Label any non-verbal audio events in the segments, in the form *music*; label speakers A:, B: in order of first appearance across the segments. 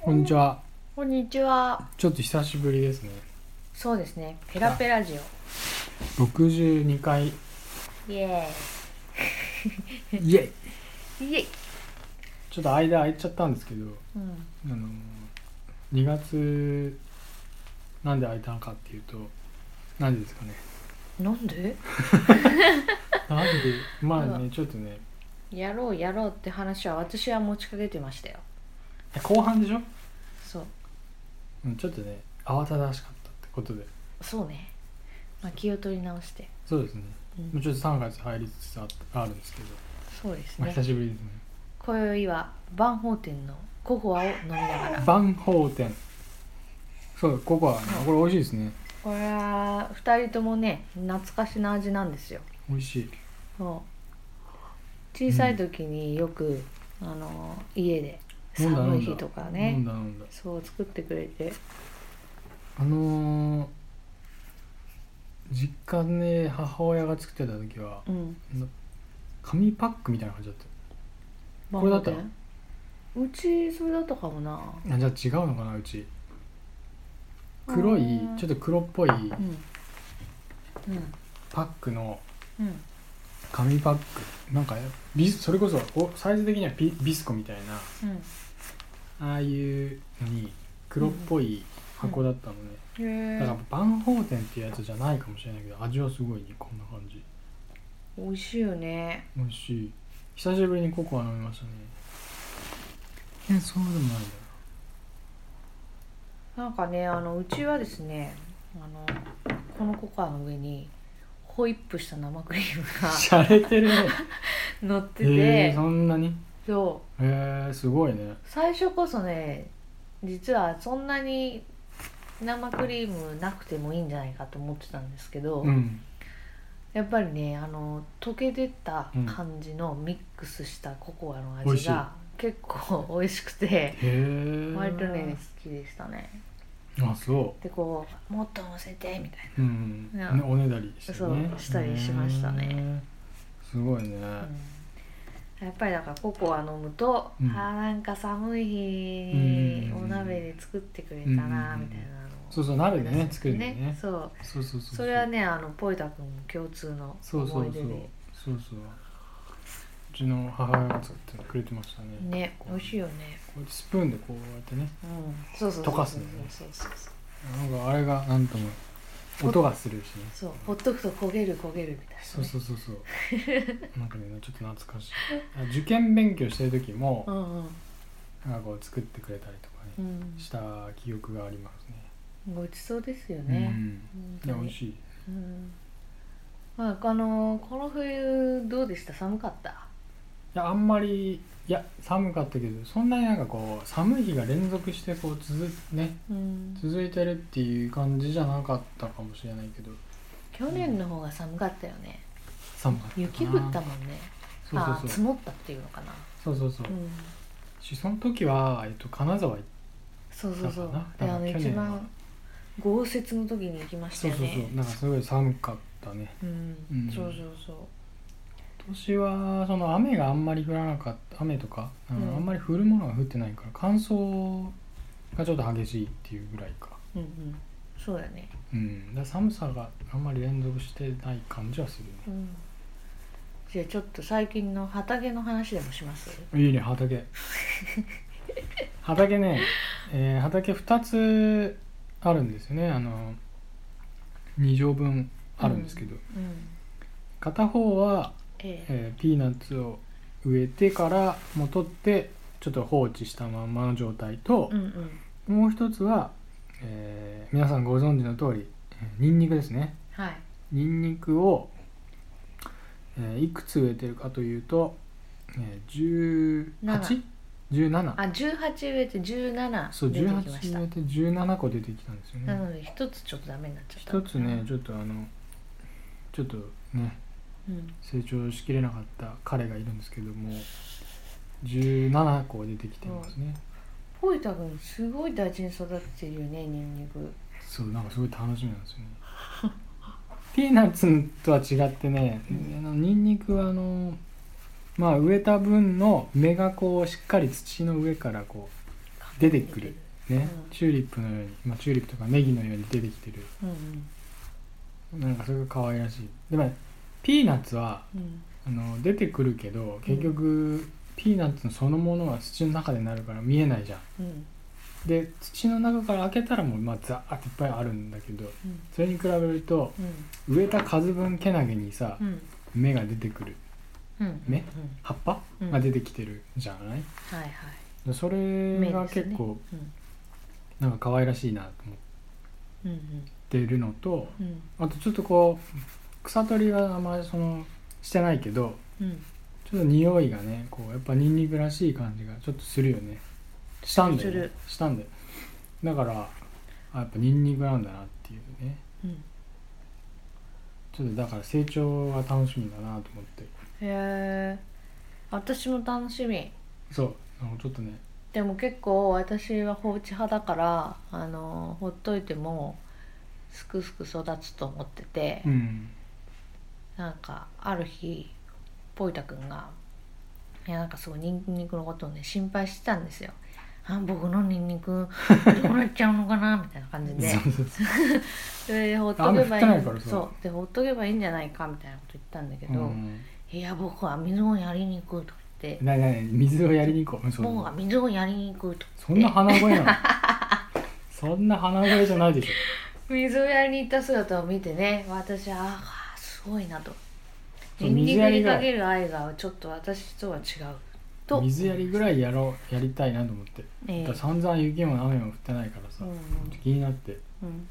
A: こんにちは。
B: こんにちは。
A: ちょっと久しぶりですね。
B: そうですね。ペラペラジ
A: 62回。
B: オ。イエ
A: イエイ
B: ーイ。イエイ。
A: ちょっと間空いちゃったんですけど、
B: うん。
A: あのー、2月、なんで空いたのかっていうと、なんでですかね。
B: なんで？
A: なん
B: *laughs*
A: で、まあ
B: う
A: ね、ちょっとね、
B: やろうやろうって話は私は持ちかけてましたよ。
A: 後半でしょ
B: そう。
A: うん、ちょっとね、慌ただしかったってことで。
B: そうね。まあ気を取り直して。
A: そうですね。
B: う。
A: もうんちょっと3月入りつつああるんですけど、
B: そうです
A: まあ、
B: ね
A: 久。しぶりですね。
B: 今宵は万宝店のココアを飲みながら。
A: 万宝店。そう、ココアね、これ美味しいですね。
B: これは二人ともね懐かしな味なんですよ。
A: 美味しい。
B: そう。小さい時によく、あの家で
A: 飲んだ飲
B: 寒い
A: んだ
B: 日とか
A: 飲ん
B: ね。
A: だ飲んだ。
B: そう作ってくれて。
A: あのー、実家ね母親が作ってた時は
B: うん。
A: 紙パックみたいな感じだっ
B: こ
A: これだったの
B: うちそれだったかもな
A: たあじゃあ違うのかなうち黒いちょっと黒っぽい
B: うんうん
A: パックの
B: うん
A: 紙パックなんかビスそれこそおサイズ的にはビビスコみたいなああいうのに黒っぽい箱だったのね、
B: うん
A: だ
B: へえ
A: から万宝店っていうやつじゃないかもしれないけど味はすごいこんな感じ
B: 美味しいよね
A: 美味しい久しぶりにココア飲みましたねえそうでもないんだよ *laughs*
B: なんかねあのうちはですねあのこのココアの上にホイップした生クリーム
A: *laughs* しゃれてるね
B: が乗ってて、
A: えー、そんなに
B: そう
A: えー、すごいね
B: 最初こそね実はそんなに生クリームなくてもいいんじゃないかと思ってたんですけど、
A: うん
B: やっぱりねあの溶け出た感じのミックスしたココアの
A: 美味
B: 味
A: しい
B: が結構美味しくて
A: へえ
B: 割とね好きでしたね
A: あそ
B: でこうもっと乗せてみたいう
A: うん、
B: い
A: ね
B: や、
A: おねだりしてね
B: そうしたりしましたね
A: えーすごいね、
B: な、うんやっぱりだからココア飲むと、
A: うん
B: あーなんか寒い日に
A: うん
B: お鍋で作ってくれたなみたいなのを
A: そうそう鍋でね作るんだよね
B: ねそう
A: そうそうそうう
B: それはねあのポイタ君共通の
A: そうそう
B: 思
A: そ
B: いう出で
A: そうそううちの母親が作ってくれてましたね
B: ね美味しい
A: こ
B: よね
A: うやってスプーンでこうやってね
B: うんそうそうそう
A: 溶かすんだよね
B: そうそうそうそう
A: なんかあれがなんとも音がするしね
B: そうほっとくと焦げる焦げるみたいな、ね、
A: そうそうそうそう
B: *laughs*
A: なんかねちょっと懐かしいあ受験勉強してる時も
B: うんうん
A: なんかこう作ってくれたりとか
B: う
A: ね
B: ん
A: した記憶がありますね
B: ごちそうですよね、
A: うんい
B: 本
A: や
B: 当
A: 美
B: に
A: 味しい
B: うんまああのこの冬どうでした寒かった
A: いやあんまりいや寒かったけどそんなになんかこう寒い日が連続してこう続,、ね、
B: うん
A: 続いてるっていう感じじゃなかったかもしれないけど
B: 去年の方が寒かったよね
A: 寒かったかな
B: 雪降ったもんね
A: そう
B: ああ
A: そう
B: 積もったっていうのかな、、
A: そうそうそうそううんしその時は、えっと、金沢行っ
B: そうそうそう
A: だからなだから
B: であの
A: 去
B: 一
A: 年は
B: 番豪雪の時に行きました
A: そう
B: よね
A: そうそうなんかすごい寒かったね
B: うん
A: うん
B: そうそうそ
A: 今年はその雨があんまり降らなかった雨とかあの、
B: うん
A: あんまり降るものが降ってないから乾燥がちょっと激しいっていうぐらいか,、
B: ううんうんそうだね
A: うん、だから寒さがあんまり連続してない感じはする
B: うんじゃあちょっと最近の畑の話でもします
A: ねいいね
B: *laughs*
A: 畑畑ね、えー畑2つあるんですよねあの2畳分あるんですけど、
B: うん
A: 片方は、
B: ええ
A: えーピーナッツを植えてからもう取ってちょっと放置したまんまの状態と、
B: うんうん
A: もう一つは、えー皆さんご存知の通りえーニンニクですね
B: はい
A: ニンニクを、えーいくつ植えてるかというと、えー、18?17
B: あ18植えて17
A: そう
B: 出てきまし
A: 18
B: た
A: 植えて17個出てきたんですよ
B: な
A: ね
B: ので一つちょっとダメになっちゃった
A: 一つねちょっとあのちょっとね
B: うん
A: 成長しきれなかった彼がいるんですけども17個出てきてますね、
B: ポイタ君すごい大事に育ってるよねニンニク
A: そうなんかすごい楽しみなんですよね *laughs* ピーナッツとは違ってね、
B: うん
A: あのニンニクはあのまあ植えた分の芽がこうしっかり土の上からこう出てくるね、
B: うん
A: チューリップのように、まあ、チューリップとかネギのように出てきてる
B: うんうん
A: なんかそれが可愛らしいでもピーナッツは
B: うん
A: あの出てくるけど結局、ピーナッツのそのものは土の中でなるから見えないじゃん
B: うん
A: で土の中から開けたらもうまあザーっていっぱいあるんだけど
B: うん
A: それに比べると
B: うん
A: 植えた数分けなげにさ
B: うん
A: 芽が出てくる
B: うん
A: ね
B: うん
A: 葉っぱ
B: うん
A: が出てきてるじゃない、
B: はいはい
A: でそれが結構
B: うん
A: なんか可愛らしいなと思っ
B: うん
A: てるのと
B: うんうん
A: あとちょっとこう草取りはあまりそのしてないけど
B: うん
A: ちょっと匂いがねこうやっぱニンニクらしい感じがちょっとするよねしたんだよ、
B: す
A: ね
B: る、
A: したんだよだからあやっぱニンニクなんだなっていうね
B: うん
A: ちょっとだから成長が楽しみだなと思って
B: へえ私も楽しみ
A: そうあのちょっとね
B: でも結構私は放置派だからあのほっといてもすくすく育つと思ってて、
A: うん
B: なんかある日ぽいたくんがいやなんかすごいニンニクのことをね心配してたんですよあ僕のニンニクどうなっちゃうのかなみたいな感じで
A: *laughs* そうそうそう
B: それでほっとけばいい
A: 雨降ってないからさ
B: そうでほっとけばいいんじゃないかみたいなこと言ったんだけど、
A: うん
B: いや僕は水をやりに行くとか言って
A: なになに水をやりに行こうそう
B: 僕は水をやりに行くと
A: そんな鼻声なの *laughs* そんな鼻声じゃないでしょ
B: 水をやりに行った姿を見てね私はああすごいなと
A: そう
B: ニンニ
A: 水や
B: ク
A: り
B: に
A: が
B: かける愛がちょっと私とは違うと
A: 水やりぐらいやろうやりたいなと思って、
B: ええ
A: だから散々雪も雨も降ってないからさ、
B: うんうん
A: 気になって
B: うん、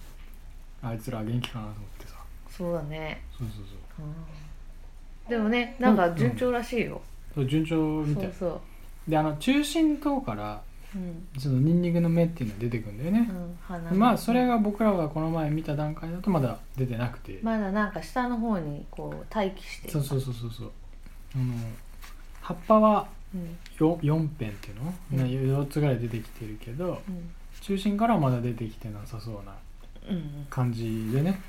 A: あいつら元気かなと思ってさ
B: そうだね、
A: そうそうそう
B: うん、でもねなんか順調らしいよ、
A: そう順調みたい
B: そうそう
A: であの中心等から
B: うん、
A: そのニンニクの芽っていうのが出てくるんだよ
B: う
A: ね、
B: ん、花
A: まあそれが僕らがこの前見た段階だとまだ出てなくて、
B: まだなんか下の方にこう待機して
A: そうそうそうそうそうあの葉っぱは
B: うん
A: よ4片っていうの、
B: うん
A: な4つぐらい出てきてるけど
B: うん
A: 中心からはまだ出てきてなさそうな
B: うん
A: 感じでね、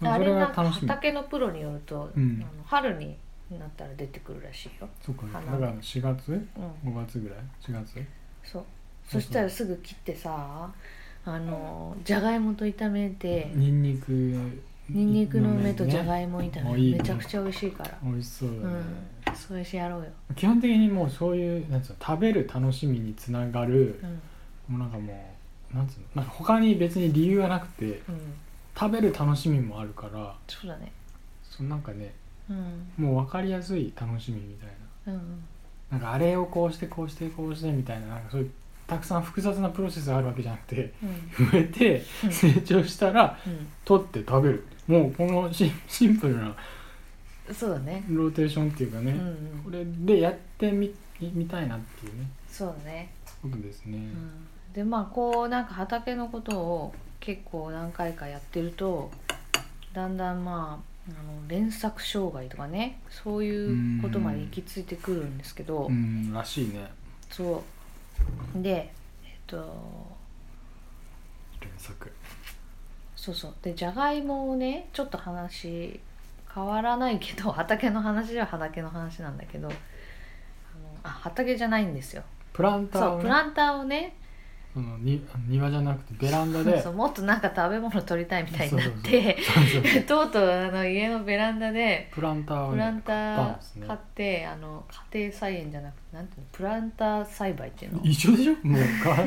B: うん、
A: まあ
B: あ
A: そ
B: れ
A: れが
B: なんか
A: 楽しみ
B: 畑のプロによると、
A: うん
B: あの春になったら出てくるらしいよ、
A: そうかだ
B: 花
A: から4月
B: うん、
A: 5月ぐらい4月
B: そう
A: そ
B: そうしたらすぐ切ってさあのじゃがいもと炒めて
A: ニンニク
B: にんにくの芽とじゃ
A: い
B: がいも炒
A: もう
B: め
A: いい
B: めちゃくちゃ美味しいから
A: 美味しそうだね、
B: うんそういうしやろうよ
A: 基本的にもうそういうなんつうの食べる楽しみにつながる
B: う、ん
A: もうなんかもうなんつうのなんか他に別に理由がなくて
B: うん
A: 食べる楽しみもあるから
B: そうだね
A: そのなんかね
B: うん
A: もう分かりやすい楽しみみたいな
B: うん
A: なんかあれをこうしてこうしてこうしてみたいななんかそういうたくさん複雑なプロセスがあるわけじゃなくて
B: うん
A: 植えて
B: うん
A: 成長したら取って食べるもうこのシンシンプルな
B: うんそうだね
A: ローテーションっていうかね、
B: うんう
A: こ
B: ん
A: れでやってみみたいなっていうね
B: そうだね
A: ことですね、
B: うんでまあこうなんか畑のことを結構何回かやってるとだんだんまああの連作障害とかねそういうことまで行き着いてくるんですけど、
A: うんらしいね
B: そうでえっと
A: 連作
B: そうそうでじゃがいもをねちょっと話変わらないけど *laughs* 畑の話では畑の話なんだけどあのあ畑じゃないんですよ
A: プランター
B: そ
A: を
B: う
A: ね
B: プランターをね
A: そのに庭じゃなくてベランダで
B: *laughs* そうもっとなんか食べ物取りたいみたいになっ
A: そう
B: て
A: そうそう
B: *laughs* とうとうあの家のベランダで
A: プランターを
B: プラン
A: ね
B: タ
A: 買ったん
B: ー
A: ですね
B: 買って、あの家庭菜園じゃなくてなんていうのプランター栽培っていうの
A: 一緒でしょもうか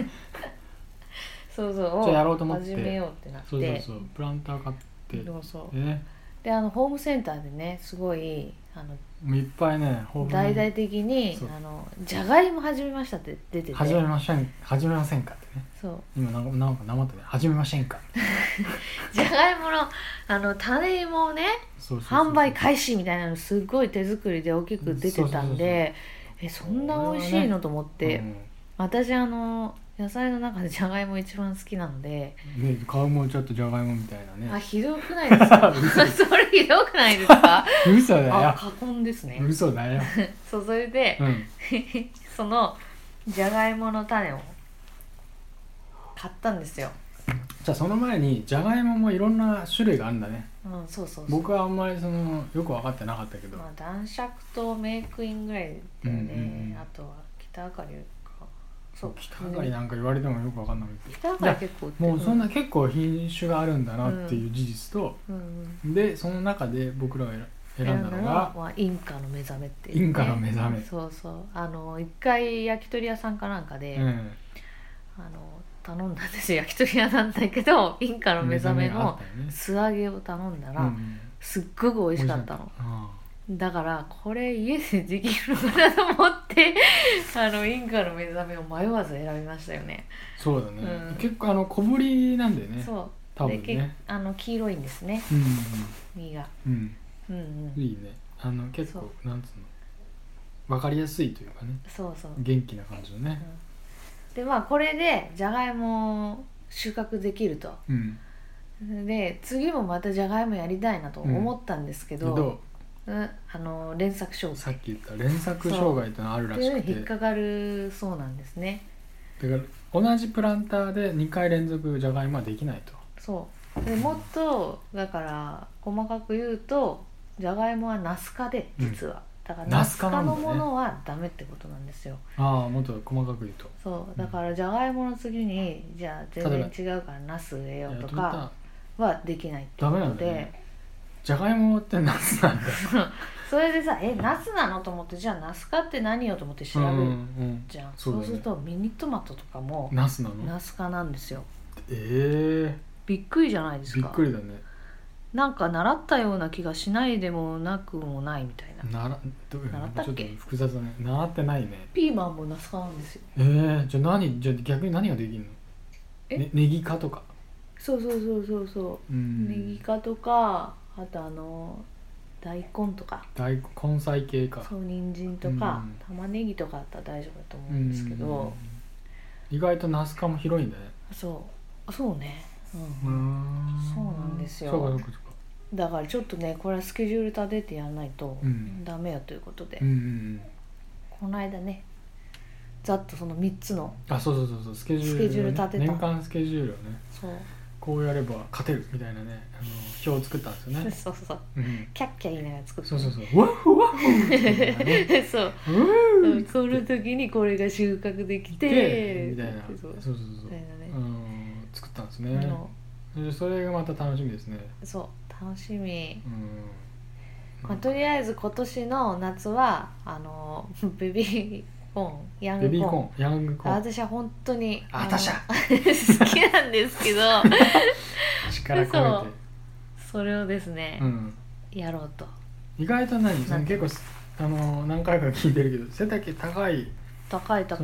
B: そうそう
A: じゃあやろうと思って
B: 始めようってなって
A: そうそうそうプランター買って
B: そうそう
A: でね
B: であのホームセンターでねすごいあの
A: もういっぱいね豊富
B: 大
A: に
B: 々的に
A: そう
B: 「あのじゃがいも始めました」って出てて
A: 始めません始めませんかってね
B: そう *laughs*
A: 今なんかなんかなまったね始めませんか
B: じゃがいものあの種芋をね
A: そうそうそう
B: 販売開始みたいなのすごい手作りで大きく出てたんでえそんな美味しいのと思って、私あの野菜の中でじゃがいも一番好きなので
A: うんね顔もちょっとじゃがいもみたいな
B: あ
A: ね
B: ひどくないで
A: *laughs*
B: すか *laughs* それひどくないですか
A: 嘘だよ
B: あ過言です
A: *laughs*
B: ね
A: 嘘だよ
B: そうそれで、
A: うん
B: そのじゃがいもの種を買ったんですよ
A: じゃあその前にじゃがいももいろんな種類があるんだね
B: うんそうそうそう
A: 僕はあんまりそのよく分かってなかったけど
B: まあ男爵とメイクインぐらいだよね、
A: うんうんうん
B: あとは北あかりかそう
A: 北貝なんか言われてもよく分かんなくて
B: 北貝結構売ってる
A: もうそんな結構品種があるんだなっていう事実と、
B: うんうん
A: でその中で僕らが選選んだのが
B: はインカの目覚めっていう、
A: インカの目覚め
B: そうそうあの一回焼き鳥屋さんかなんかで、
A: うん
B: あの頼んだんですよ焼き鳥屋なんだけどインカの目覚め
A: があっ
B: の
A: たよね
B: 素揚げを頼んだら、
A: うん
B: すっごく美味しかったの
A: あ
B: だからこれ家でできるのかなと思って *laughs* あのインカの目覚めを迷わず選びましたよね
A: あそうだね、
B: うん
A: 結構あの小ぶりなんだよね
B: そ
A: 多
B: うで
A: 分
B: け
A: ね
B: あの黄色いんですね
A: うん
B: 身が
A: うんうん
B: うんうん
A: いいねあの結構なんつうの分かりやすいというかね
B: そうそう
A: 元気な感じのね
B: でまあこれでじゃがいもを収穫できると
A: うん
B: で次もまたじゃがいもやりたいなと思ったんですけ
A: けど
B: ど、うんあの連作障
A: さ
B: 害
A: っき言った連作障害ってのあるら
B: とい
A: し
B: うの
A: く
B: に
A: て
B: 引っかかるそうなんですね
A: だから同じプランターで2回連続じゃがいもはできないと
B: そうでもっとだから細かく言うとじゃがいもはナス科で実は、だからナ
A: ナ
B: ス
A: ス
B: 科
A: 科なんだ
B: の
A: ね
B: ものはダメってことなんですよ
A: ああもっと細かく言うと
B: そうだからじゃがいもの次にじゃあ全
A: 例
B: 然違うからナス植えようと
A: いやどういっ
B: かはできないって
A: た
B: こ
A: らダメな
B: と
A: んだ
B: で、
A: よねじゃがいもってナスなんだよ、
B: それでさえナスなのと思ってじゃあナス科って何よと思って調
A: う
B: べ
A: ん
B: る
A: うん、
B: じゃん、
A: そうだ
B: そう
A: ね
B: するとミニトマトとかも
A: ナスなの
B: ナス科なんですよ
A: ええ
B: びっくりじゃないです
A: びっ
B: か
A: くりだね
B: なんか習ったような気がしないでもなくもないみたいな、
A: ならどういう
B: 習
A: の
B: ったっ
A: ちょ
B: け
A: っと複雑だね習ってないね
B: ピーマンもナス科なんですよ
A: えー、じゃあ何じゃあ逆に何ができるの
B: え
A: ね、ネギ科とか
B: そうそうそうそうそうう、
A: ん
B: ネギ科とかあとあの大根とか
A: 大根根菜系か
B: そう人参とか、
A: うん
B: 玉ねぎとかだったら大丈夫だと思うんですけど、
A: うん意外とナス科も広いんだね
B: そうそうね
A: うー
B: うん
A: ん
B: そうなんですよ
A: そうかそうかそうか
B: だからちょっとねこれはスケジュール立ててやんないと
A: うん
B: ダメよということで、
A: うんうんうん
B: この間ねざっとその3つの
A: あそうそうそうそうスケジュール,、
B: スケジュール立てた
A: 年間スケジュールをね
B: そう
A: こうやれば勝てるみたいなねあの表を作ったんですよね、
B: そうそう
A: うん、
B: キャッキャ言いながら作って
A: そうそうそうワッフワッフみたいなね
B: *laughs* そう
A: うーん
B: この時にこれが収穫できて
A: でみたいな
B: そ
A: そううそうそう
B: みたいなね
A: うん作ったんです
B: あ
A: ね
B: の
A: でそれがまた楽しみですね
B: そう楽しみ、
A: うん
B: まあ、とりあえず今年の夏はあの *laughs* ベビーコーンヤング
A: ベビー
B: コーン
A: コーンヤングコ
B: あ
A: ーン
B: 私は本当に
A: あたしゃ
B: あの *laughs* 好きなんです
A: *laughs*
B: けど
A: 力込めて
B: それをですね、
A: うん
B: やろうと
A: 意外と何そ
B: なん
A: の
B: か
A: 結構すあの何回か聞いてるけど背丈高い
B: 高い
A: そ
B: 高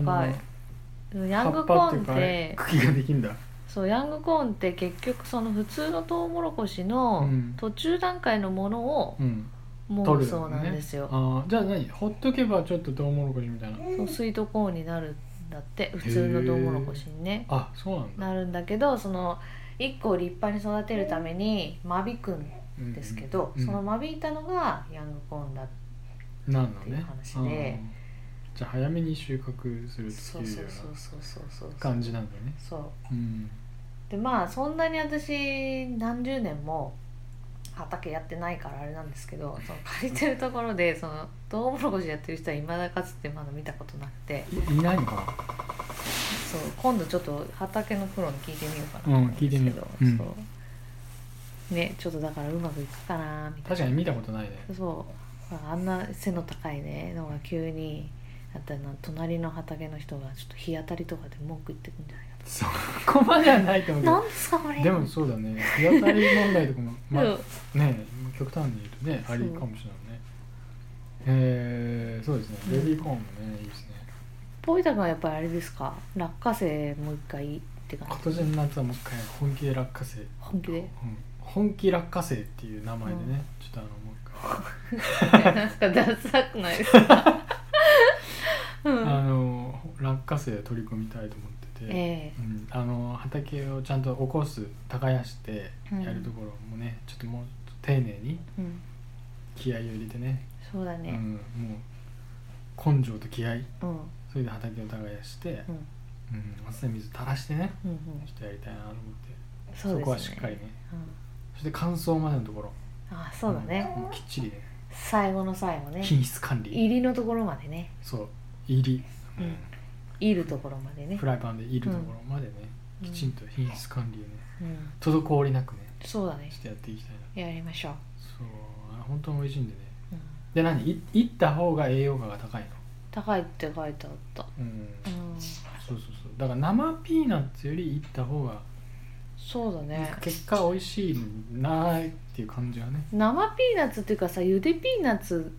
A: の
B: いヤ
A: 葉
B: ング
A: っ
B: コ
A: ぱってい
B: ー
A: う
B: ンっ
A: かあれ
B: て
A: 茎ができんだ
B: そうヤングコーンって結局その普通のトウモロコシ
A: う
B: の
A: ん
B: 途中段階のものを
A: うん
B: も
A: 取
B: う
A: る
B: そうなんですよ、
A: あーじゃあ何ほっとけばちょっとトウモロコシみたいな
B: そうスイートコーンになるんだって普通のトウモロコシにね
A: あそうなんだ
B: なるんだけどその1個を立派に育てるために間引くん
A: うんうん
B: ですけど、
A: うん
B: その間引いたのがヤングコーンだって
A: なんの
B: っていう
A: ね
B: 話
A: あ
B: で
A: ーじゃあ早めに収穫する
B: そ
A: っ
B: う
A: ていう
B: そう
A: よ
B: そうそうそうそう
A: うな感じなんだね
B: そう
A: うん
B: でまあそんなに私何十年も畑やってないからあれなんですけどその借りてるところでそのトウモロコシやってる人はいまだかつてまだ見たことなくて
A: いいないのか
B: そう今度ちょっと畑のプロに聞いてみようかなと
A: うん
B: 思ですけ
A: 聞
B: ど
A: いてみよううん
B: そうねちょっとだからうまくいくかなみ
A: な
B: たい
A: 確かに見たことないね
B: なそうあんな背の高いねのが急にあったな隣の畑の人がちょっと日当たりとかで文句言ってくんじゃないか
A: そこまではないと思う
B: な
A: け
B: なんですかこれ
A: どでもそうだね日当たり問題とか
B: *laughs*
A: も、まあ、
B: うん
A: ねえ極端に言うとね
B: そう
A: ありかもしれないねえー、そうですねベビーコーンもねいいですね
B: ポイタ君はやっぱりあれですか落花生もう一回って感
A: 今
B: じ
A: 年の夏はもう一回本気で落花生
B: 本気で
A: うん本気落花生っていう名前でね、
B: う
A: ち
B: ん
A: ょっとあのもう一回、
B: なんかダサくないですか *laughs* うん
A: あの落花生取り組みたいと思ってて、
B: ええ
A: うん、あの畑をちゃんと起こす耕してやるところもね、ちょっともうちょっと丁寧に
B: うん
A: 気合を入れてね
B: そうだ
A: う
B: ね
A: ん、もう根性と気合
B: うん
A: それで畑を耕して
B: う、ん
A: うん、松で水垂らしてね
B: うんう
A: ちょ
B: ん
A: っとやりたいなと思って
B: そ
A: そ,、
B: うですね
A: こはしっかりね
B: うん
A: そして乾燥までのところ
B: あそうだね
A: んもうきっちりね
B: 最後の最後ね
A: 品質管理
B: 入りのところまでね
A: そう入り、
B: うんいるところまでね
A: フ、ライパンでいるところまでね、
B: う
A: き
B: ん
A: ちんと品質管理をね
B: うん、
A: 滞りなくね
B: そうだね
A: してやっていきたいな
B: やりましょう、
A: そうあ本当に美味しいんでね
B: うん、
A: で何いいった方が栄養価が高いの
B: 高いって書いてあった、
A: うん
B: うん、
A: そうそうそうだから生ピーナッツよりいった方が
B: そうだね
A: 結果美味しいなーっていう感じはね
B: 生ピーナッツっていうかさゆでピーナッツ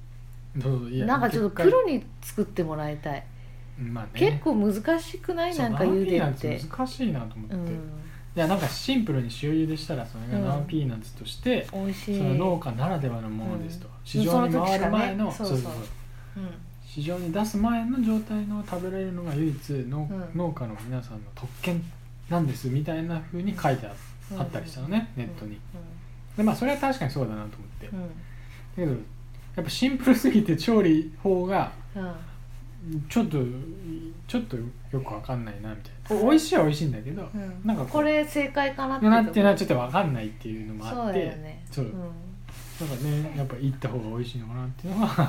A: そうそういや
B: なんかちょっと
A: 結果
B: 黒に作ってもらいたい、
A: まあね
B: 結構難しくない
A: そう
B: なんかゆ
A: 生ピー
B: でっ
A: ナ
B: て
A: ッツ難しいなと思って、
B: う
A: い
B: ん
A: やなんかシンプルに塩茹でしたらそれ
B: うん
A: が生ピーナッツとして、
B: 美味しい
A: その農家ならではのものですと、
B: うん
A: 市場に回る前の
B: その時しかねそうそううん
A: 市場に出す前の状態の食べれるのが唯一農,、
B: うん
A: 農家の皆さんの特権なんですみたいな風に書いてあ,、
B: うん
A: あったりしたのねネットに、
B: う
A: でまあそれは確かにそうだなと思って、だ
B: ん
A: けどやっぱシンプルすぎて調理法が
B: うんうん
A: ちょっとちょっとよくわかんないなみたいな美味しいは美味しいんだけど、
B: うん
A: なんかこう
B: これ正解かなって
A: なっていうのは
B: と
A: ちょっとわかんないっていうのも
B: こ
A: あ
B: そう
A: っ
B: だ
A: て
B: よね
A: そう
B: う
A: なんかねやっぱ行った方が美味しいのかなっていうのはまあ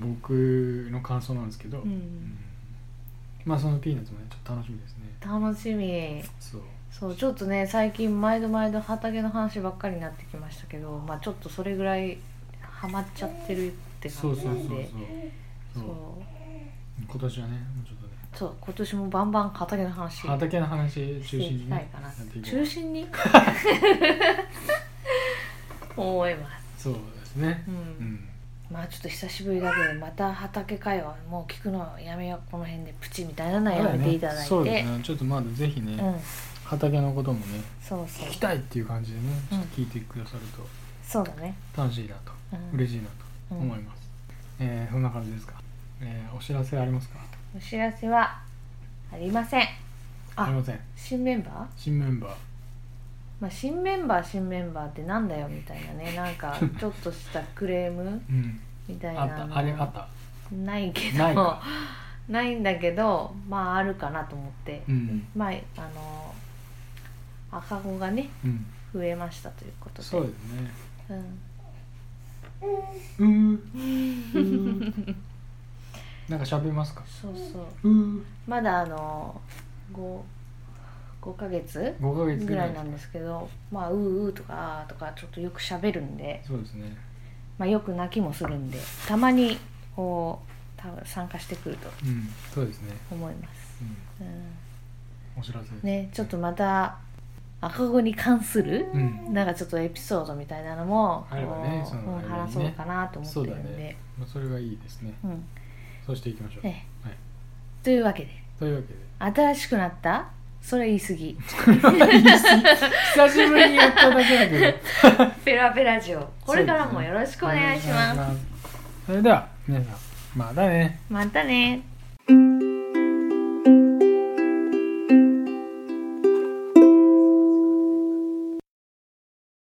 A: 僕の感想なんですけど、
B: んう
A: うんんまあそのピーナッツもねちょっと楽しみですね
B: 楽しみ
A: そう
B: そうちょっとね最近毎度毎度畑の話ばっかりになってきましたけどまあちょっとそれぐらいハマっちゃってるって
A: そ
B: 感
A: う
B: じ
A: そ
B: な
A: うそうんそう
B: で
A: そ
B: そうう
A: 今年はねもうちょっとね
B: そう今年もバンバン畑の話
A: 畑の話中
B: して
A: 心
B: いき
A: に
B: たい
A: ね
B: かな
A: やっていこ
B: 中
A: う
B: 心に *laughs* 思います
A: そうですね
B: うん、
A: うん
B: まあちょっと久しぶりだけどまた畑会話もう聞くのやめようこの辺でプチみたいなのはやめていただいて、
A: そうですねちょっとまだぜひね、
B: うん
A: 畑のこともね
B: そうそ
A: 聞
B: う
A: きたいっていう感じでねち
B: う
A: ょ
B: ん
A: っと聞いてくださると
B: そうだね、
A: 楽しいなと、
B: うん、
A: 嬉しいなと思います、えーそんな感じですか、えーお知らせありますか
B: お知らせはありません
A: あ
B: あ
A: りません
B: 新メンバー、
A: 新メンバー
B: まあ、新メンバー新メンバーってなんだよみたいなねなんかちょっとしたクレーム
A: うん
B: みたい
A: あ
B: な
A: っ
B: の
A: たあれあった
B: ないけど
A: ないか
B: *laughs* ないんだけどまああるかなと思って、
A: うん
B: まああの赤子がね
A: うん
B: 増えましたということで
A: そうですね
B: う
A: う
B: ん
A: ーうーなんか喋りますか
B: そうそう
A: うー
B: まだあの 5, 5ヶ月
A: 5ヶ月
B: ぐ
A: ぐら
B: ら
A: い
B: いなんですけどまあ「うーうー」とか「あー」とかちょっとよく喋るんで、
A: そうですね
B: まあ、よく泣きもするんでたまにこう多分参加してくると
A: うんそうですね、
B: 思います、
A: うん、
B: うん、
A: お知らせ
B: ねちょっとまた赤子に関する
A: うん
B: なんかちょっとエピソードみたいなのも
A: あればね
B: こ
A: その
B: うう
A: 間
B: ん
A: にね
B: 話そうかなと思ってるん
A: そうだ
B: で
A: ねまあそれがいいですね
B: うん
A: そうしていきましょう、
B: ね
A: はい、
B: というわけで
A: というわけで
B: 新しくなったそれ言い過ぎ
A: 久しぶりにやっただけだ
B: *laughs*
A: けど
B: ペラペラジオこれからもよろしくお願いします
A: す。それでは皆さんまたね。
B: またね